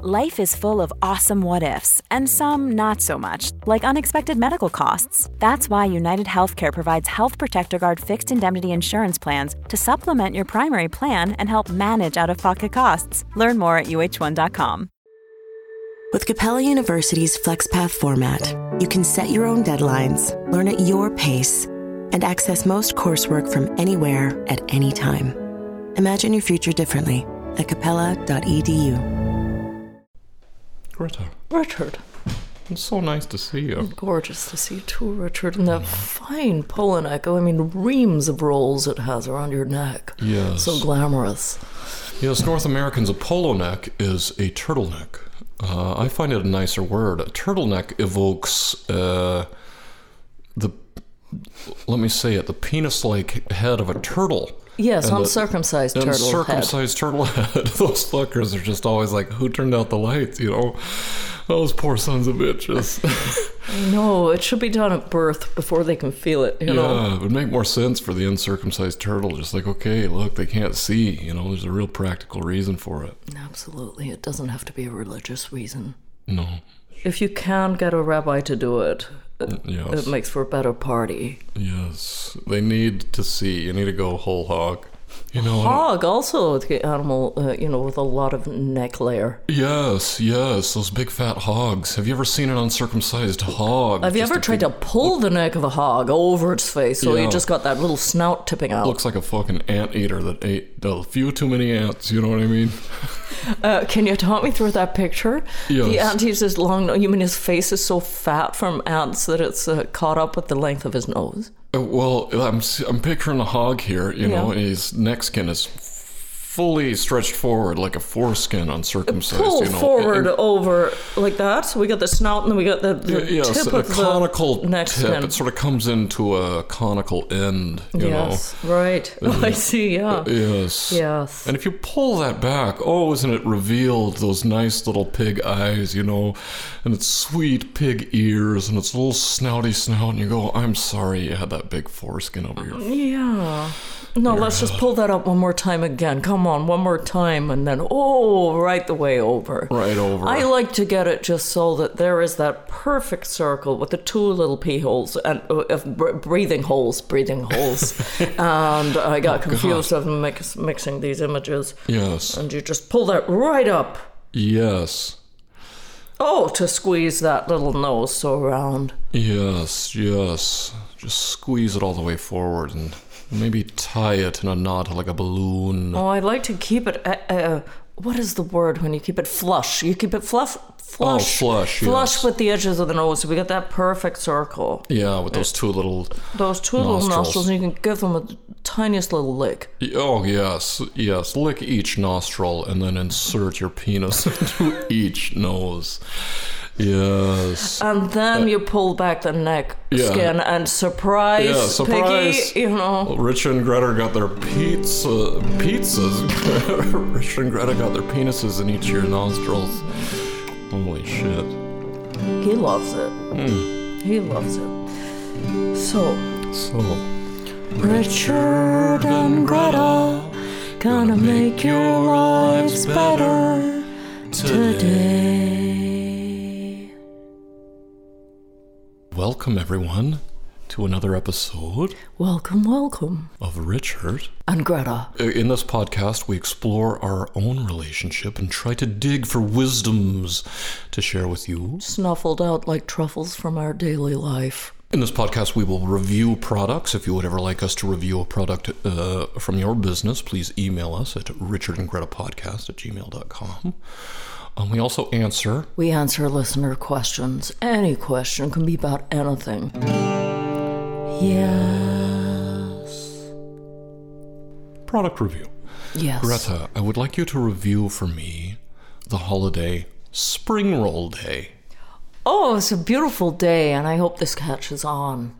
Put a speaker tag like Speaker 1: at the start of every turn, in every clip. Speaker 1: Life is full of awesome what ifs, and some not so much, like unexpected medical costs. That's why United Healthcare provides Health Protector Guard fixed indemnity insurance plans to supplement your primary plan and help manage out of pocket costs. Learn more at uh1.com.
Speaker 2: With Capella University's FlexPath format, you can set your own deadlines, learn at your pace, and access most coursework from anywhere at any time. Imagine your future differently at capella.edu.
Speaker 3: Greta,
Speaker 4: Richard.
Speaker 3: it's so nice to see you.
Speaker 4: Gorgeous to see you too, Richard. And that fine polo neck. Oh, I mean, reams of rolls it has around your neck.
Speaker 3: Yes.
Speaker 4: So glamorous.
Speaker 3: Yes, North Americans, a polo neck is a turtleneck. Uh, I find it a nicer word. A turtleneck evokes uh, the, let me say it, the penis like head of a turtle.
Speaker 4: Yes,
Speaker 3: And the-
Speaker 4: uncircumcised
Speaker 3: And
Speaker 4: turtle head.
Speaker 3: circumcised turtle head. Those fuckers are just always like, who turned out the lights? You know, those poor sons of bitches.
Speaker 4: No, it should be done at birth before they can feel it, you know?
Speaker 3: Yeah, it would make more sense for the uncircumcised turtle. Just like, okay, look, they can't see. You know, there's a real practical reason for it.
Speaker 4: Absolutely. It doesn't have to be a religious reason.
Speaker 3: No.
Speaker 4: If you can get a rabbi to do it, it,
Speaker 3: Yes.
Speaker 4: it makes for a better party.
Speaker 3: yes. They need to see. You need to go whole hog. You know. I don't-
Speaker 4: Hog, also the animal, uh, you know, with a lot of neck layer.
Speaker 3: Yes, yes. Those big fat hogs. Have you ever seen an uncircumcised hog?
Speaker 4: Have you ever tried to pull the neck of a hog over its face so
Speaker 3: Yeah.
Speaker 4: you just got that little snout tipping out?
Speaker 3: Looks like a fucking anteater that ate a few too many ants. You know what I mean?
Speaker 4: Uh, can you talk me through that picture? The
Speaker 3: Yes.
Speaker 4: ant is his long nose. You mean his face is so fat from ants that it's uh, caught up with the length of his nose?
Speaker 3: Uh, Well, I'm s- I'm picturing a hog here, you know,
Speaker 4: Yeah.
Speaker 3: and his neck skin is fully stretched forward like a foreskin on circumcised.
Speaker 4: Pull
Speaker 3: you know,
Speaker 4: forward
Speaker 3: and-
Speaker 4: over like that. So we got the snout and then we got the,
Speaker 3: y-
Speaker 4: the
Speaker 3: yes,
Speaker 4: tip
Speaker 3: a
Speaker 4: of
Speaker 3: conical
Speaker 4: the neck
Speaker 3: tip.
Speaker 4: skin.
Speaker 3: It sort of comes into a conical end, you
Speaker 4: yes, right. I see.
Speaker 3: know.
Speaker 4: Yeah.
Speaker 3: Yes.
Speaker 4: Yes.
Speaker 3: And if you pull that back, oh, isn't it revealed? Those nice little pig eyes, you know, and its sweet pig ears, and its little snouty snout, and you go, I'm sorry you had that big foreskin over your
Speaker 4: Mm, Yeah. No, let's just pull that up one more time again. Come on, one more time, and then oh, right the way over.
Speaker 3: right over.
Speaker 4: I like to get it just so that there is that perfect circle with the two little pee holes and uh, of br- breathing holes, breathing holes. and
Speaker 3: Oh,
Speaker 4: I got confused of mix, mixing these images.
Speaker 3: yes.
Speaker 4: And you just pull that right up.
Speaker 3: Yes.
Speaker 4: Oh, to squeeze that little nose so round.
Speaker 3: Yes, yes. Just squeeze it all the way forward and maybe tie it in a knot like a balloon.
Speaker 4: Oh, I like to keep it. Uh, uh, what is the word when you keep it flush? You keep it fluff, flush,
Speaker 3: Oh, flush,
Speaker 4: flush
Speaker 3: yes.
Speaker 4: with the edges of the nose. So we got that perfect circle.
Speaker 3: Yeah, with those two little.
Speaker 4: Those two little
Speaker 3: Nostrils.
Speaker 4: nostrils, and you can give them the tiniest little lick.
Speaker 3: Oh, yes, yes. Lick each nostril and then insert your penis into each nose. Yes.
Speaker 4: And then you pull back the neck
Speaker 3: Yeah.
Speaker 4: skin, and surprise,
Speaker 3: Yeah, surprise.
Speaker 4: Piggy, you know.
Speaker 3: Rich and Greta got their pizza pizzas. Rich and Greta got their penises in each of your nostrils. Holy shit.
Speaker 4: He loves it.
Speaker 3: Hmm.
Speaker 4: He loves it. So,
Speaker 3: So,
Speaker 4: Richard and Greta, gonna make your lives better today.
Speaker 3: welcome everyone to another episode
Speaker 4: Welcome, welcome.
Speaker 3: of Richard.
Speaker 4: And Greta.
Speaker 3: In this podcast, we explore our own relationship and try to dig for wisdoms to share with you.
Speaker 4: Snuffled out like truffles from our daily life.
Speaker 3: In this podcast, we will review products. If you would ever like us to review a product uh, from your business, please email us at richardandgretapodcast at gmail.com. Um, we also answer
Speaker 4: We answer listener questions. Any question can be about anything. Yes.
Speaker 3: product review.
Speaker 4: Yes.
Speaker 3: Greta, I would like you to review for me the holiday Spring Roll Day.
Speaker 4: Oh, it's a beautiful day, and I hope this catches on.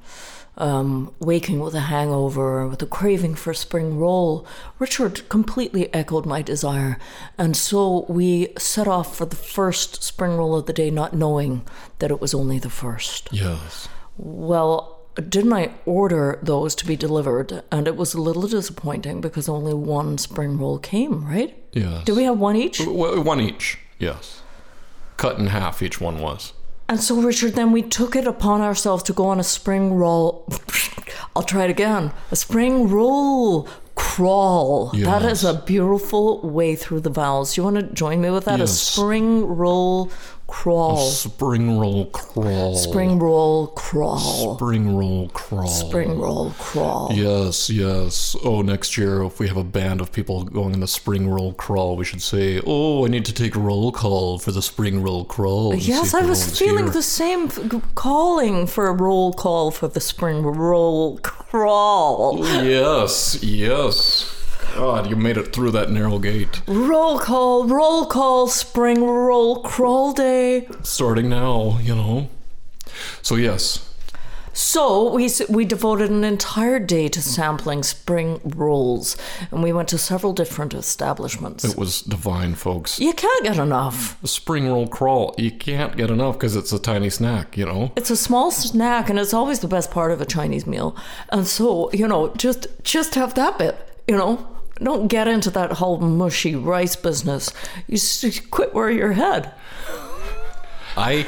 Speaker 4: Um, waking with a hangover, with a craving for spring roll, Richard completely echoed my desire, and so we set off for the first spring roll of the day, not knowing that it was only the first.
Speaker 3: Yes.
Speaker 4: Well, didn't I order those to be delivered? And it was a little disappointing because only one spring roll came, right?
Speaker 3: Yes.
Speaker 4: Do we have one each?
Speaker 3: Well, one each. Yes. Cut in half, each one was.
Speaker 4: And so, Richard, then we took it upon ourselves to go on a spring roll. I'll try it again. A spring roll crawl. That
Speaker 3: Yes.
Speaker 4: is a beautiful way through the vowels. You want to join me with that? A
Speaker 3: Yes.
Speaker 4: spring roll crawl.
Speaker 3: Spring roll crawl.
Speaker 4: spring roll crawl.
Speaker 3: Spring roll crawl.
Speaker 4: Spring roll crawl.
Speaker 3: Yes, yes. Oh, next year, if we have a band of people going on the spring roll crawl, we should say, "Oh, I need to take roll call for the spring roll crawl." and see
Speaker 4: Yes,
Speaker 3: if
Speaker 4: I was
Speaker 3: everyone's
Speaker 4: feeling
Speaker 3: here."
Speaker 4: the same f- g- calling for a roll call for the spring roll crawl.
Speaker 3: Yes, yes. God, you made it through that narrow gate.
Speaker 4: Roll call, roll call, spring roll crawl day.
Speaker 3: Starting now, you know. So yes,
Speaker 4: So we s- we devoted an entire day to sampling spring rolls, and we went to several different establishments.
Speaker 3: it was divine, folks.
Speaker 4: You can't get enough.
Speaker 3: The spring roll crawl, you can't get enough because it's a tiny snack, you know.
Speaker 4: It's a small snack, and it's always the best part of a Chinese meal. And so you know, just just have that bit. You know, don't get into that whole mushy rice business. You s- quit where you're head.
Speaker 3: I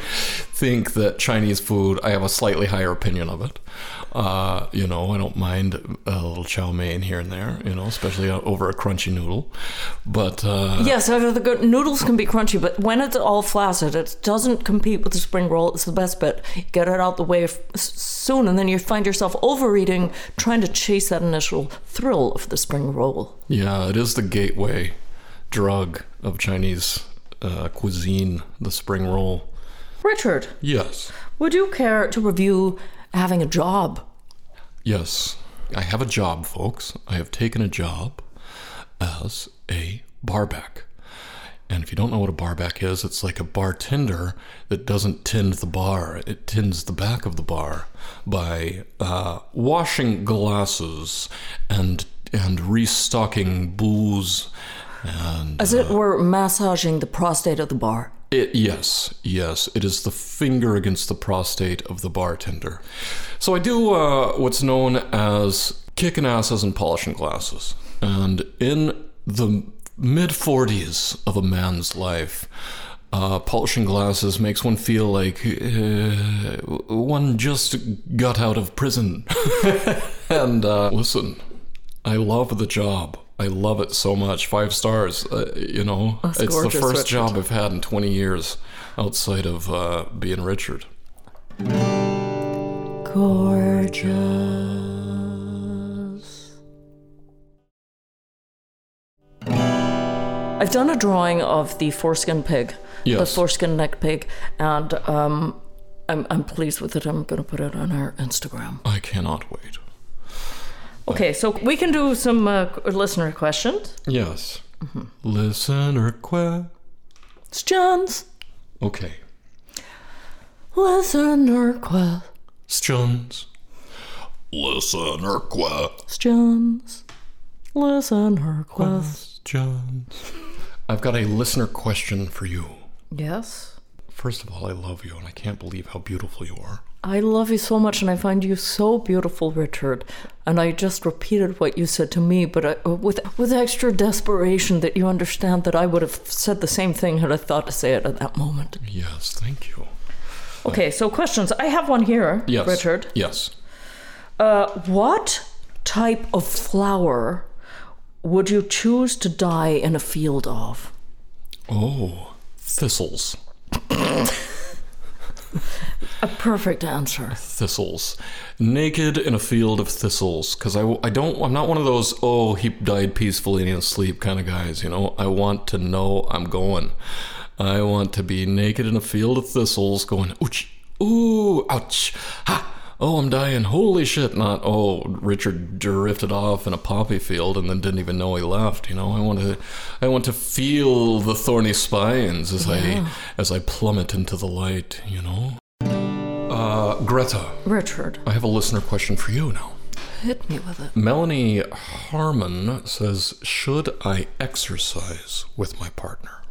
Speaker 3: think that Chinese food, I have a slightly higher opinion of it. Uh, you know, I don't mind a little chow mein here and there, you know, especially uh, over a crunchy noodle. But uh,
Speaker 4: Yes, out of the good noodles can be crunchy, but when it's all flaccid, it doesn't compete with the spring roll. It's the best bit. Get it out the way f- s- soon, and then you find yourself overeating, trying to chase that initial thrill of the spring roll.
Speaker 3: yeah, it is the gateway drug of Chinese uh, cuisine, the spring roll.
Speaker 4: Richard,
Speaker 3: Yes,
Speaker 4: would you care to review having a job?
Speaker 3: yes. I have a job, folks. I have taken a job as a barback. And if you don't know what a barback is, it's like a bartender that doesn't tend the bar. It tends the back of the bar by uh, washing glasses and and restocking booze. And
Speaker 4: As it were, massaging the prostate of the bar.
Speaker 3: it, yes, yes, it is the finger against the prostate of the bartender. So I do uh, what's known as kicking asses and polishing glasses. And in the mid 40s of a man's life, uh, polishing glasses makes one feel like uh, one just got out of prison. and uh, listen, I love the job. I love it so much. Five stars. Uh, you know, it's the
Speaker 4: gorgeous,
Speaker 3: first
Speaker 4: Richard.
Speaker 3: job I've had in 20 years outside of uh, being Richard.
Speaker 4: Gorgeous. I've done a drawing of the foreskin pig, the
Speaker 3: Yes.
Speaker 4: foreskin neck pig, and um, I'm, I'm pleased with it. I'm going to put it on our Instagram.
Speaker 3: I cannot wait.
Speaker 4: Okay, so we can do some uh, qu- listener questions.
Speaker 3: Yes.
Speaker 4: Mm-hmm.
Speaker 3: Listener que.
Speaker 4: It's John's
Speaker 3: Okay.
Speaker 4: listener quest.
Speaker 3: Jones. Listener que.
Speaker 4: John's listener quest.
Speaker 3: Jones. I've got a listener question for you.
Speaker 4: Mm-hmm. Yes.
Speaker 3: First of all, I love you and I can't believe how beautiful you are.
Speaker 4: I love you so much, and I find you so beautiful, Richard. And I just repeated what you said to me, but I, with with extra desperation that you understand that I would have said the same thing had I thought to say it at that moment.
Speaker 3: Yes, thank you.
Speaker 4: Okay, so questions. I have one here,
Speaker 3: Yes.
Speaker 4: Richard.
Speaker 3: Yes.
Speaker 4: Uh, what type of flower would you choose to die in a field of?
Speaker 3: Oh, thistles.
Speaker 4: A perfect answer.
Speaker 3: thistles naked in a field of thistles because I, I don't i'm not one of those oh he died peacefully in his sleep kind of guys you know i want to know i'm going i want to be naked in a field of thistles going ouch ooh ouch ha oh i'm dying holy shit not oh richard drifted off in a poppy field and then didn't even know he left you know i want to i want to feel the thorny spines as i as i plummet into the light you know uh, Greta,
Speaker 4: Richard,
Speaker 3: I have a listener question for you now.
Speaker 4: hit me with it.
Speaker 3: Melanie Harmon says, Should I exercise with my partner?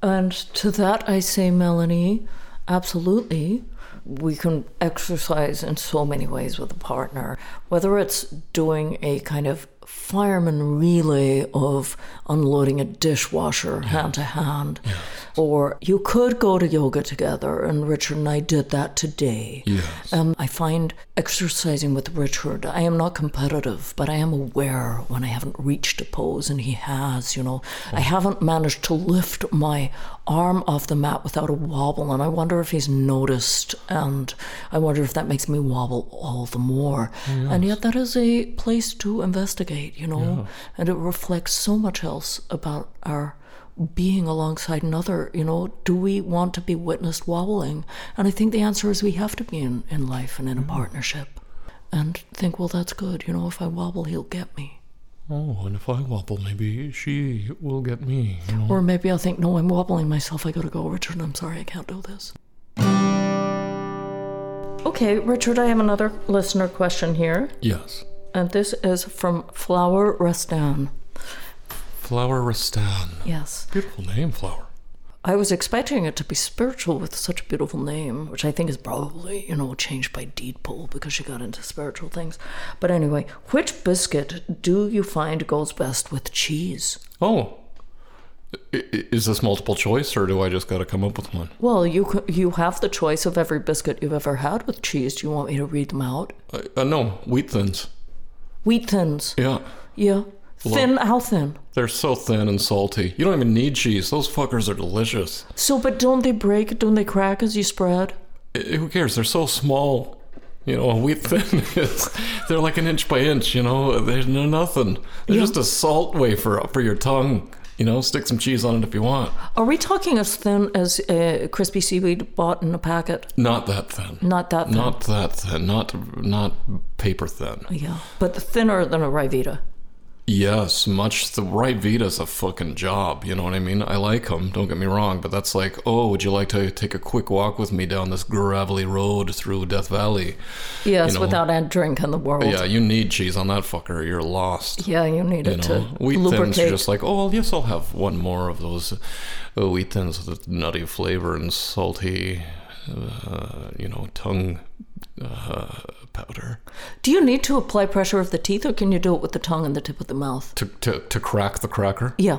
Speaker 4: And to that I say, Melanie, absolutely. We can exercise in so many ways with a partner, whether it's doing a kind of fireman relay of unloading a dishwasher hand to hand. Or you could go to yoga together, and Richard and I did that today.
Speaker 3: Yes.
Speaker 4: Um, I find exercising with Richard, I am not competitive, but I am aware when I haven't reached a pose, and he has, you know. I haven't managed to lift my arm off the mat without a wobble, and I wonder if he's noticed, and I wonder if that makes me wobble all the more. And yet, that is a place to investigate, you know, and it reflects so much else about our being alongside another you know do we want to be witnessed wobbling and i think the answer is we have to be in, in life and in a partnership and think well that's good you know if i wobble he'll get me
Speaker 3: Oh, and if I wobble, maybe she will get me. you know.
Speaker 4: or maybe i'll think no i'm wobbling myself i gotta go richard i'm sorry i can't do this okay richard i have another listener question here
Speaker 3: Yes.
Speaker 4: and this is from flower restan
Speaker 3: Flower Rastan.
Speaker 4: yes
Speaker 3: Beautiful name, Flower.
Speaker 4: I was expecting it to be spiritual with such a beautiful name, which I think is probably, you know, changed by deed poll because she got into spiritual things. But anyway, which biscuit do you find goes best with cheese?
Speaker 3: Oh. I- i- Is this multiple choice, or do I just got to come up with one?
Speaker 4: Well, you c- you have the choice of every biscuit you've ever had with cheese. Do you want me to read them out?
Speaker 3: Uh, uh, no, wheat thins.
Speaker 4: Wheat thins.
Speaker 3: Yeah.
Speaker 4: Yeah. Thin, how thin?
Speaker 3: They're so thin and salty. You don't even need cheese. Those fuckers are delicious.
Speaker 4: So, but don't they break? Don't they crack as you spread?
Speaker 3: I- who cares? They're so small. You know, a wheat thin is, they're like an inch by inch, you know, they're, they're nothing. They're just a salt wafer for your tongue. You know, stick some cheese on it if you want.
Speaker 4: Are we talking as thin as uh, crispy seaweed bought in a packet?
Speaker 3: Not that thin.
Speaker 4: Not that thin.
Speaker 3: Not that thin. Not not paper thin.
Speaker 4: Yeah, but thinner than a Rivita.
Speaker 3: Yes, much. The right Vita's a fucking job. You know what I mean? I like him. Don't get me wrong, but that's like, oh, would you like to take a quick walk with me down this gravelly road through Death Valley?
Speaker 4: Yes,
Speaker 3: you know.
Speaker 4: without a drink in the world.
Speaker 3: yeah, you need cheese on that fucker. You're lost.
Speaker 4: Yeah, you need
Speaker 3: You
Speaker 4: it
Speaker 3: know,
Speaker 4: to
Speaker 3: wheat
Speaker 4: lubricate.
Speaker 3: thins are just like, oh, well, yes, I'll have one more of those uh, wheat thins with a nutty flavor and salty, uh, you know, tongue uh, powder.
Speaker 4: do you need to apply pressure of the teeth, or can you do it with the tongue and the tip of the mouth?
Speaker 3: To, to, to crack the cracker?
Speaker 4: Yeah.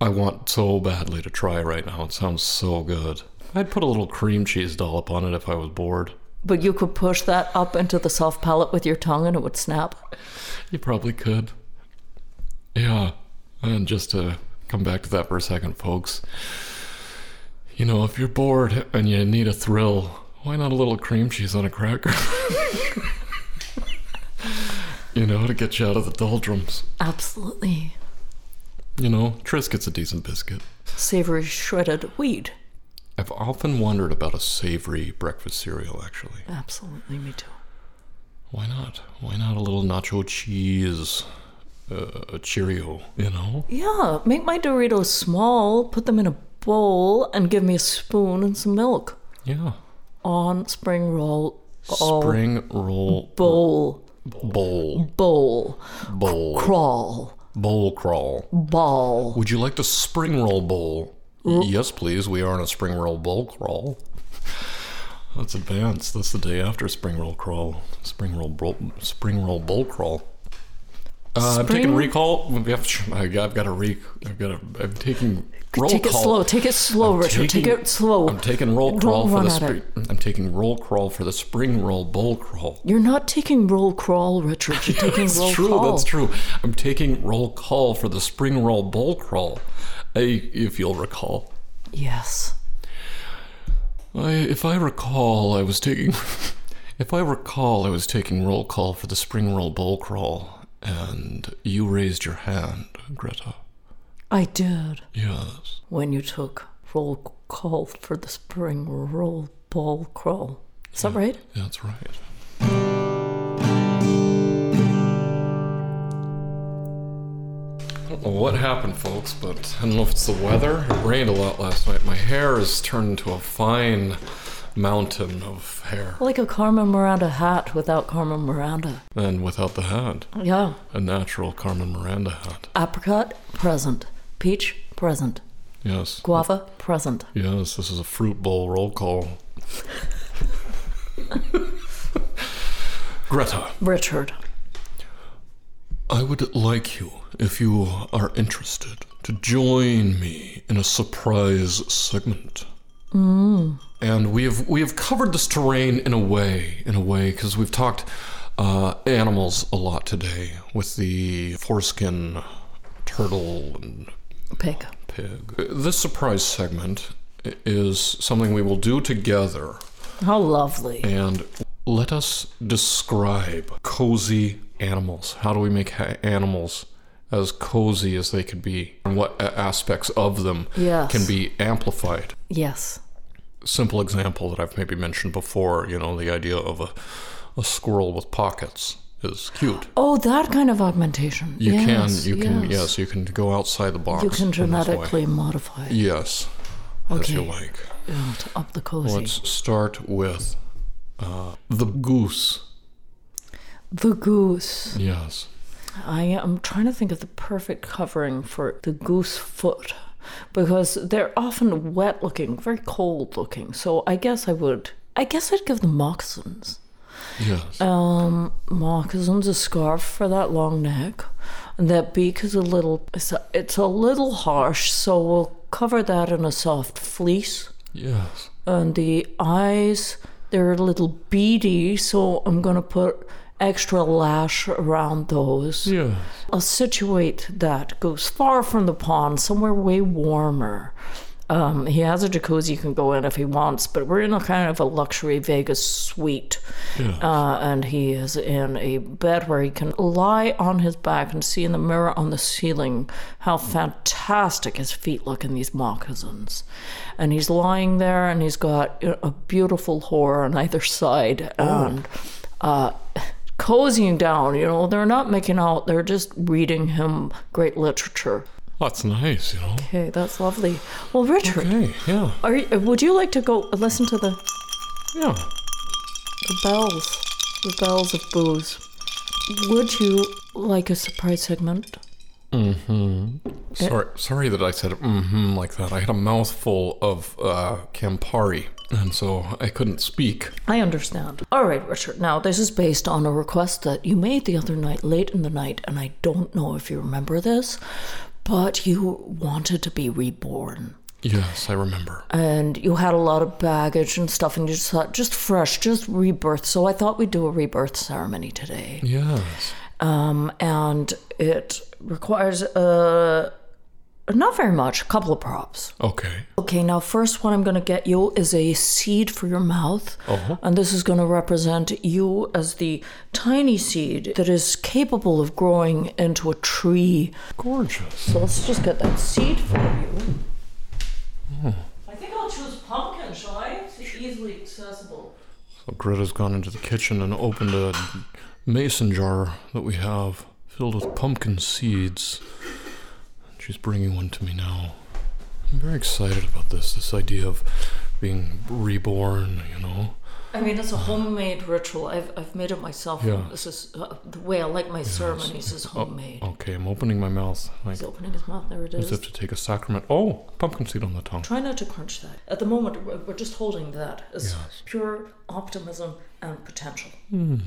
Speaker 3: I want so badly to try right now. It sounds so good. I'd put a little cream cheese dollop on it if I was bored.
Speaker 4: But you could push that up into the soft palate with your tongue and it would snap.
Speaker 3: You probably could. Yeah. And just to come back to that for a second, folks. You know, if you're bored and you need a thrill, why not a little cream cheese on a cracker? you know, to get you out of the doldrums.
Speaker 4: Absolutely.
Speaker 3: You know, Triscuit's a decent biscuit.
Speaker 4: Savory shredded wheat.
Speaker 3: I've often wondered about a savory breakfast cereal, actually.
Speaker 4: Absolutely, me too.
Speaker 3: Why not? Why not a little nacho cheese, uh, a Cheerio, you know?
Speaker 4: Yeah, make my Doritos small, put them in a bowl, and give me a spoon and some milk
Speaker 3: Yeah.
Speaker 4: on spring roll. All
Speaker 3: Spring roll
Speaker 4: bowl,
Speaker 3: bowl,
Speaker 4: bowl,
Speaker 3: bowl,
Speaker 4: crawl,
Speaker 3: bowl crawl.
Speaker 4: ball.
Speaker 3: Would you like the spring roll bowl? Yes, please. We are on a spring roll bowl crawl. That's advanced. That's the day after spring roll crawl. Spring roll bowl, spring roll bowl crawl. Uh, I'm taking
Speaker 4: Spring-
Speaker 3: recall. We have- I've got a reek. I've got a. I'm taking roll
Speaker 4: take
Speaker 3: call.
Speaker 4: it slow. Take it slow, Richard. take it slow.
Speaker 3: I'm taking roll
Speaker 4: Don't
Speaker 3: crawl for
Speaker 4: run
Speaker 3: the
Speaker 4: at
Speaker 3: spring.
Speaker 4: it.
Speaker 3: I'm taking roll crawl for the spring roll bowl crawl.
Speaker 4: You're not taking roll crawl, Richard. You're taking
Speaker 3: That's
Speaker 4: roll
Speaker 3: true.
Speaker 4: call.
Speaker 3: That's true. I'm taking roll call for the spring roll bowl crawl. I, if you'll recall,
Speaker 4: Yes.
Speaker 3: I, if I recall, I was taking. if I recall, I was taking roll call for the spring roll bowl crawl, and you raised your hand, Greta.
Speaker 4: I did.
Speaker 3: Yes.
Speaker 4: When you took roll call for the spring roll ball crawl. Is that right?
Speaker 3: That's right. I don't know what happened, folks, but I don't know if it's the weather. It rained a lot last night. My hair has turned into a fine mountain of hair,
Speaker 4: Like a Carmen Miranda hat without Carmen Miranda.
Speaker 3: and without the hat,
Speaker 4: Yeah.
Speaker 3: a natural Carmen Miranda hat.
Speaker 4: Apricot, present. Peach, present.
Speaker 3: Yes.
Speaker 4: Guava, present.
Speaker 3: Yes, this is a fruit bowl roll call. Greta,
Speaker 4: Richard.
Speaker 3: I would like you, if you are interested, to join me in a surprise segment. And we have we have covered this terrain in a way, in a way, because we've talked uh, animals a lot today with the foreskin turtle and
Speaker 4: Pig.
Speaker 3: pig. This surprise segment i- is something we will do together,
Speaker 4: How lovely.
Speaker 3: and let us describe cozy animals. How do we make ha- animals as cozy as they could be, and what a- aspects of them
Speaker 4: Yes.
Speaker 3: can be amplified?
Speaker 4: Yes.
Speaker 3: simple example that I've maybe mentioned before, you know, the idea of a, a squirrel with pockets is cute.
Speaker 4: Oh, that kind of augmentation.
Speaker 3: You
Speaker 4: yes,
Speaker 3: can, you can,
Speaker 4: yes.
Speaker 3: yes, you can go outside the box.
Speaker 4: You can
Speaker 3: in this way.
Speaker 4: dramatically modify it
Speaker 3: Yes, as you
Speaker 4: Okay.
Speaker 3: like.
Speaker 4: yeah, to up the cozy.
Speaker 3: Let's start with uh, the goose.
Speaker 4: the goose.
Speaker 3: Yes.
Speaker 4: I am trying to think of the perfect covering for the goose foot because they're often wet looking, very cold looking. So I guess I would. I guess I'd give them moccasins.
Speaker 3: Yes.
Speaker 4: Um, moccasins, a scarf for that long neck. And that beak is a little. It's a, it's a little harsh, so we'll cover that in a soft fleece.
Speaker 3: yes.
Speaker 4: and the eyes they're a little beady so i'm going to put extra lash around those
Speaker 3: Yes.
Speaker 4: i'll situate that goes far from the pond somewhere way warmer um, he has a jacuzzi he can go in if he wants but we're in a kind of a luxury vegas suite
Speaker 3: Yes.
Speaker 4: uh, and he is in a bed where he can lie on his back and see in the mirror on the ceiling how fantastic his feet look in these moccasins. And he's lying there and he's got uh, a beautiful whore on either side and uh, cozying down. You know, they're not making out, they're just reading him great literature.
Speaker 3: That's nice, you know.
Speaker 4: Okay, that's lovely. Well, Richard,
Speaker 3: Okay, yeah.
Speaker 4: are you, would you like to go listen to the
Speaker 3: Yeah.
Speaker 4: the bells, the bells of booze. Would you like a surprise segment?
Speaker 3: Sorry, sorry that I said mm-hmm like that. I had a mouthful of uh, Campari, and so I couldn't speak.
Speaker 4: I understand. All right, Richard. Now, this is based on a request that you made the other night, late in the night, and I don't know if you remember this, but you wanted to be reborn.
Speaker 3: Yes, I remember.
Speaker 4: And you had a lot of baggage and stuff, and you just thought, just fresh, just rebirth. So I thought we'd do a rebirth ceremony today.
Speaker 3: Yes.
Speaker 4: um, and it requires uh, not very much, a couple of props.
Speaker 3: Okay.
Speaker 4: Okay, now first, what I'm going to get you is a seed for your mouth,
Speaker 3: Uh-huh.
Speaker 4: and this is going to represent you as the tiny seed that is capable of growing into a tree.
Speaker 3: Gorgeous.
Speaker 4: So let's just get that seed for you. I think I'll choose pumpkin, shall I? It's easily accessible.
Speaker 3: So Greta's gone into the kitchen and opened a mason jar that we have filled with pumpkin seeds. She's bringing one to me now. I'm very excited about this. This idea of being reborn. You know.
Speaker 4: I mean, it's a homemade ritual. I've, I've made it myself.
Speaker 3: Yeah.
Speaker 4: This is uh, the way I like my ceremonies is homemade.
Speaker 3: Okay, I'm opening oh, my mouth like
Speaker 4: He's opening his mouth. There it
Speaker 3: as
Speaker 4: is.
Speaker 3: if to take a sacrament. Oh, pumpkin seed on the tongue.
Speaker 4: Try not to crunch that. At the moment, we're we're just holding that as
Speaker 3: Yes.
Speaker 4: pure optimism and potential.
Speaker 3: Hmm.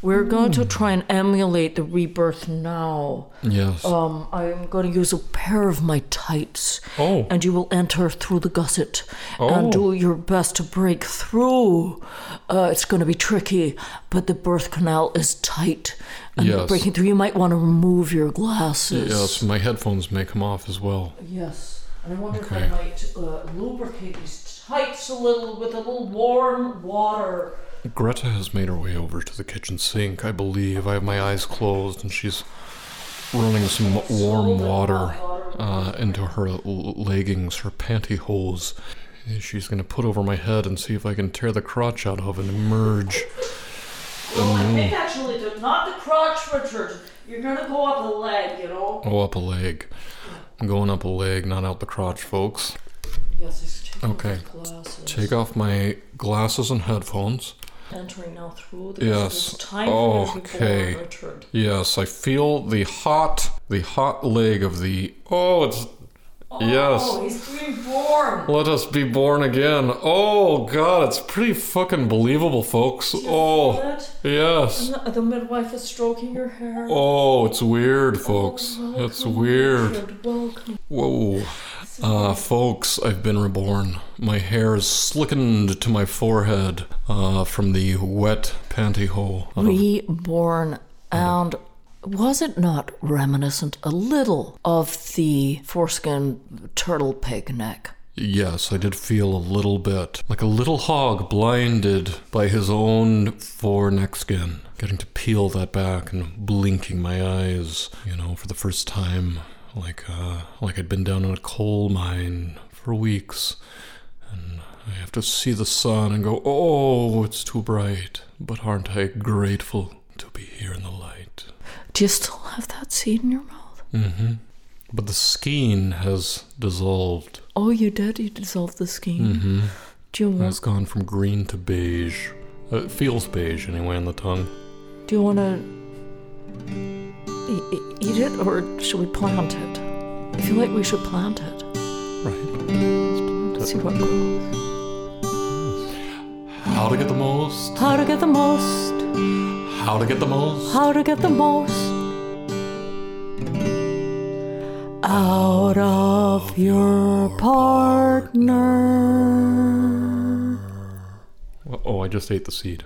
Speaker 4: We're going to try and emulate the rebirth now.
Speaker 3: Yes.
Speaker 4: Um, I'm going to use a pair of my tights.
Speaker 3: Oh.
Speaker 4: And you will enter through the gusset and
Speaker 3: Oh.
Speaker 4: do your best to break through. Uh, it's going to be tricky, but the birth canal is tight. And
Speaker 3: Yes.
Speaker 4: breaking through, you might want to remove your glasses.
Speaker 3: yes. My headphones may come off as well.
Speaker 4: Yes. And I wonder
Speaker 3: Okay.
Speaker 4: if I might uh, lubricate these tights a little with a little warm water.
Speaker 3: Greta has made her way over to the kitchen sink, I believe. I have my eyes closed, and she's running some warm water uh, into her l- leggings, her pantyhose. She's going to put over my head and see if I can tear the crotch out of and emerge.
Speaker 4: No, I think actually, the- not the crotch, Richard. You're gonna go up a leg, you know?
Speaker 3: Oh, up a leg. I'm going up a leg, not out the crotch, folks.
Speaker 4: Yes, he's taking
Speaker 3: Okay.
Speaker 4: his glasses.
Speaker 3: Take off my glasses and headphones.
Speaker 4: Entering now through the
Speaker 3: Yes.
Speaker 4: It's time for you to be
Speaker 3: Okay.
Speaker 4: born, Richard.
Speaker 3: Yes, I feel the hot, the hot leg of the. Oh, it's yes. Oh,
Speaker 4: he's being born.
Speaker 3: Let us be born again. Oh God, it's pretty fucking believable, folks. Oh, yes.
Speaker 4: The midwife is stroking your hair. Oh,
Speaker 3: Oh, it's weird, folks. It's weird.
Speaker 4: Welcome.
Speaker 3: Whoa. Uh, folks, I've been reborn. My hair is slickened to my forehead uh, from the wet pantyhole.
Speaker 4: Reborn and was it not reminiscent a little of the foreskin turtle pig neck?
Speaker 3: Yes, I did feel a little bit like a little hog blinded by his own foreneck skin. Getting to peel that back and blinking my eyes, you know, for the first time, like uh, like I'd been down in a coal mine for weeks, and I have to see the sun and go, oh, it's too bright. But aren't I grateful to be here in the light?
Speaker 4: Do you still have that seed in your mouth?
Speaker 3: But the skein has dissolved.
Speaker 4: Oh, you did. You dissolved the skin. Do you want?
Speaker 3: It's gone from green to beige. Uh, It feels beige anyway on the tongue.
Speaker 4: Do you want to eat it, or should we plant it? I feel like we should plant it.
Speaker 3: Right.
Speaker 4: See what grows.
Speaker 3: How to get the most?
Speaker 4: How to get the most?
Speaker 3: How to get the most?
Speaker 4: How to get the most out of your partner?
Speaker 3: Oh, I just ate the seed.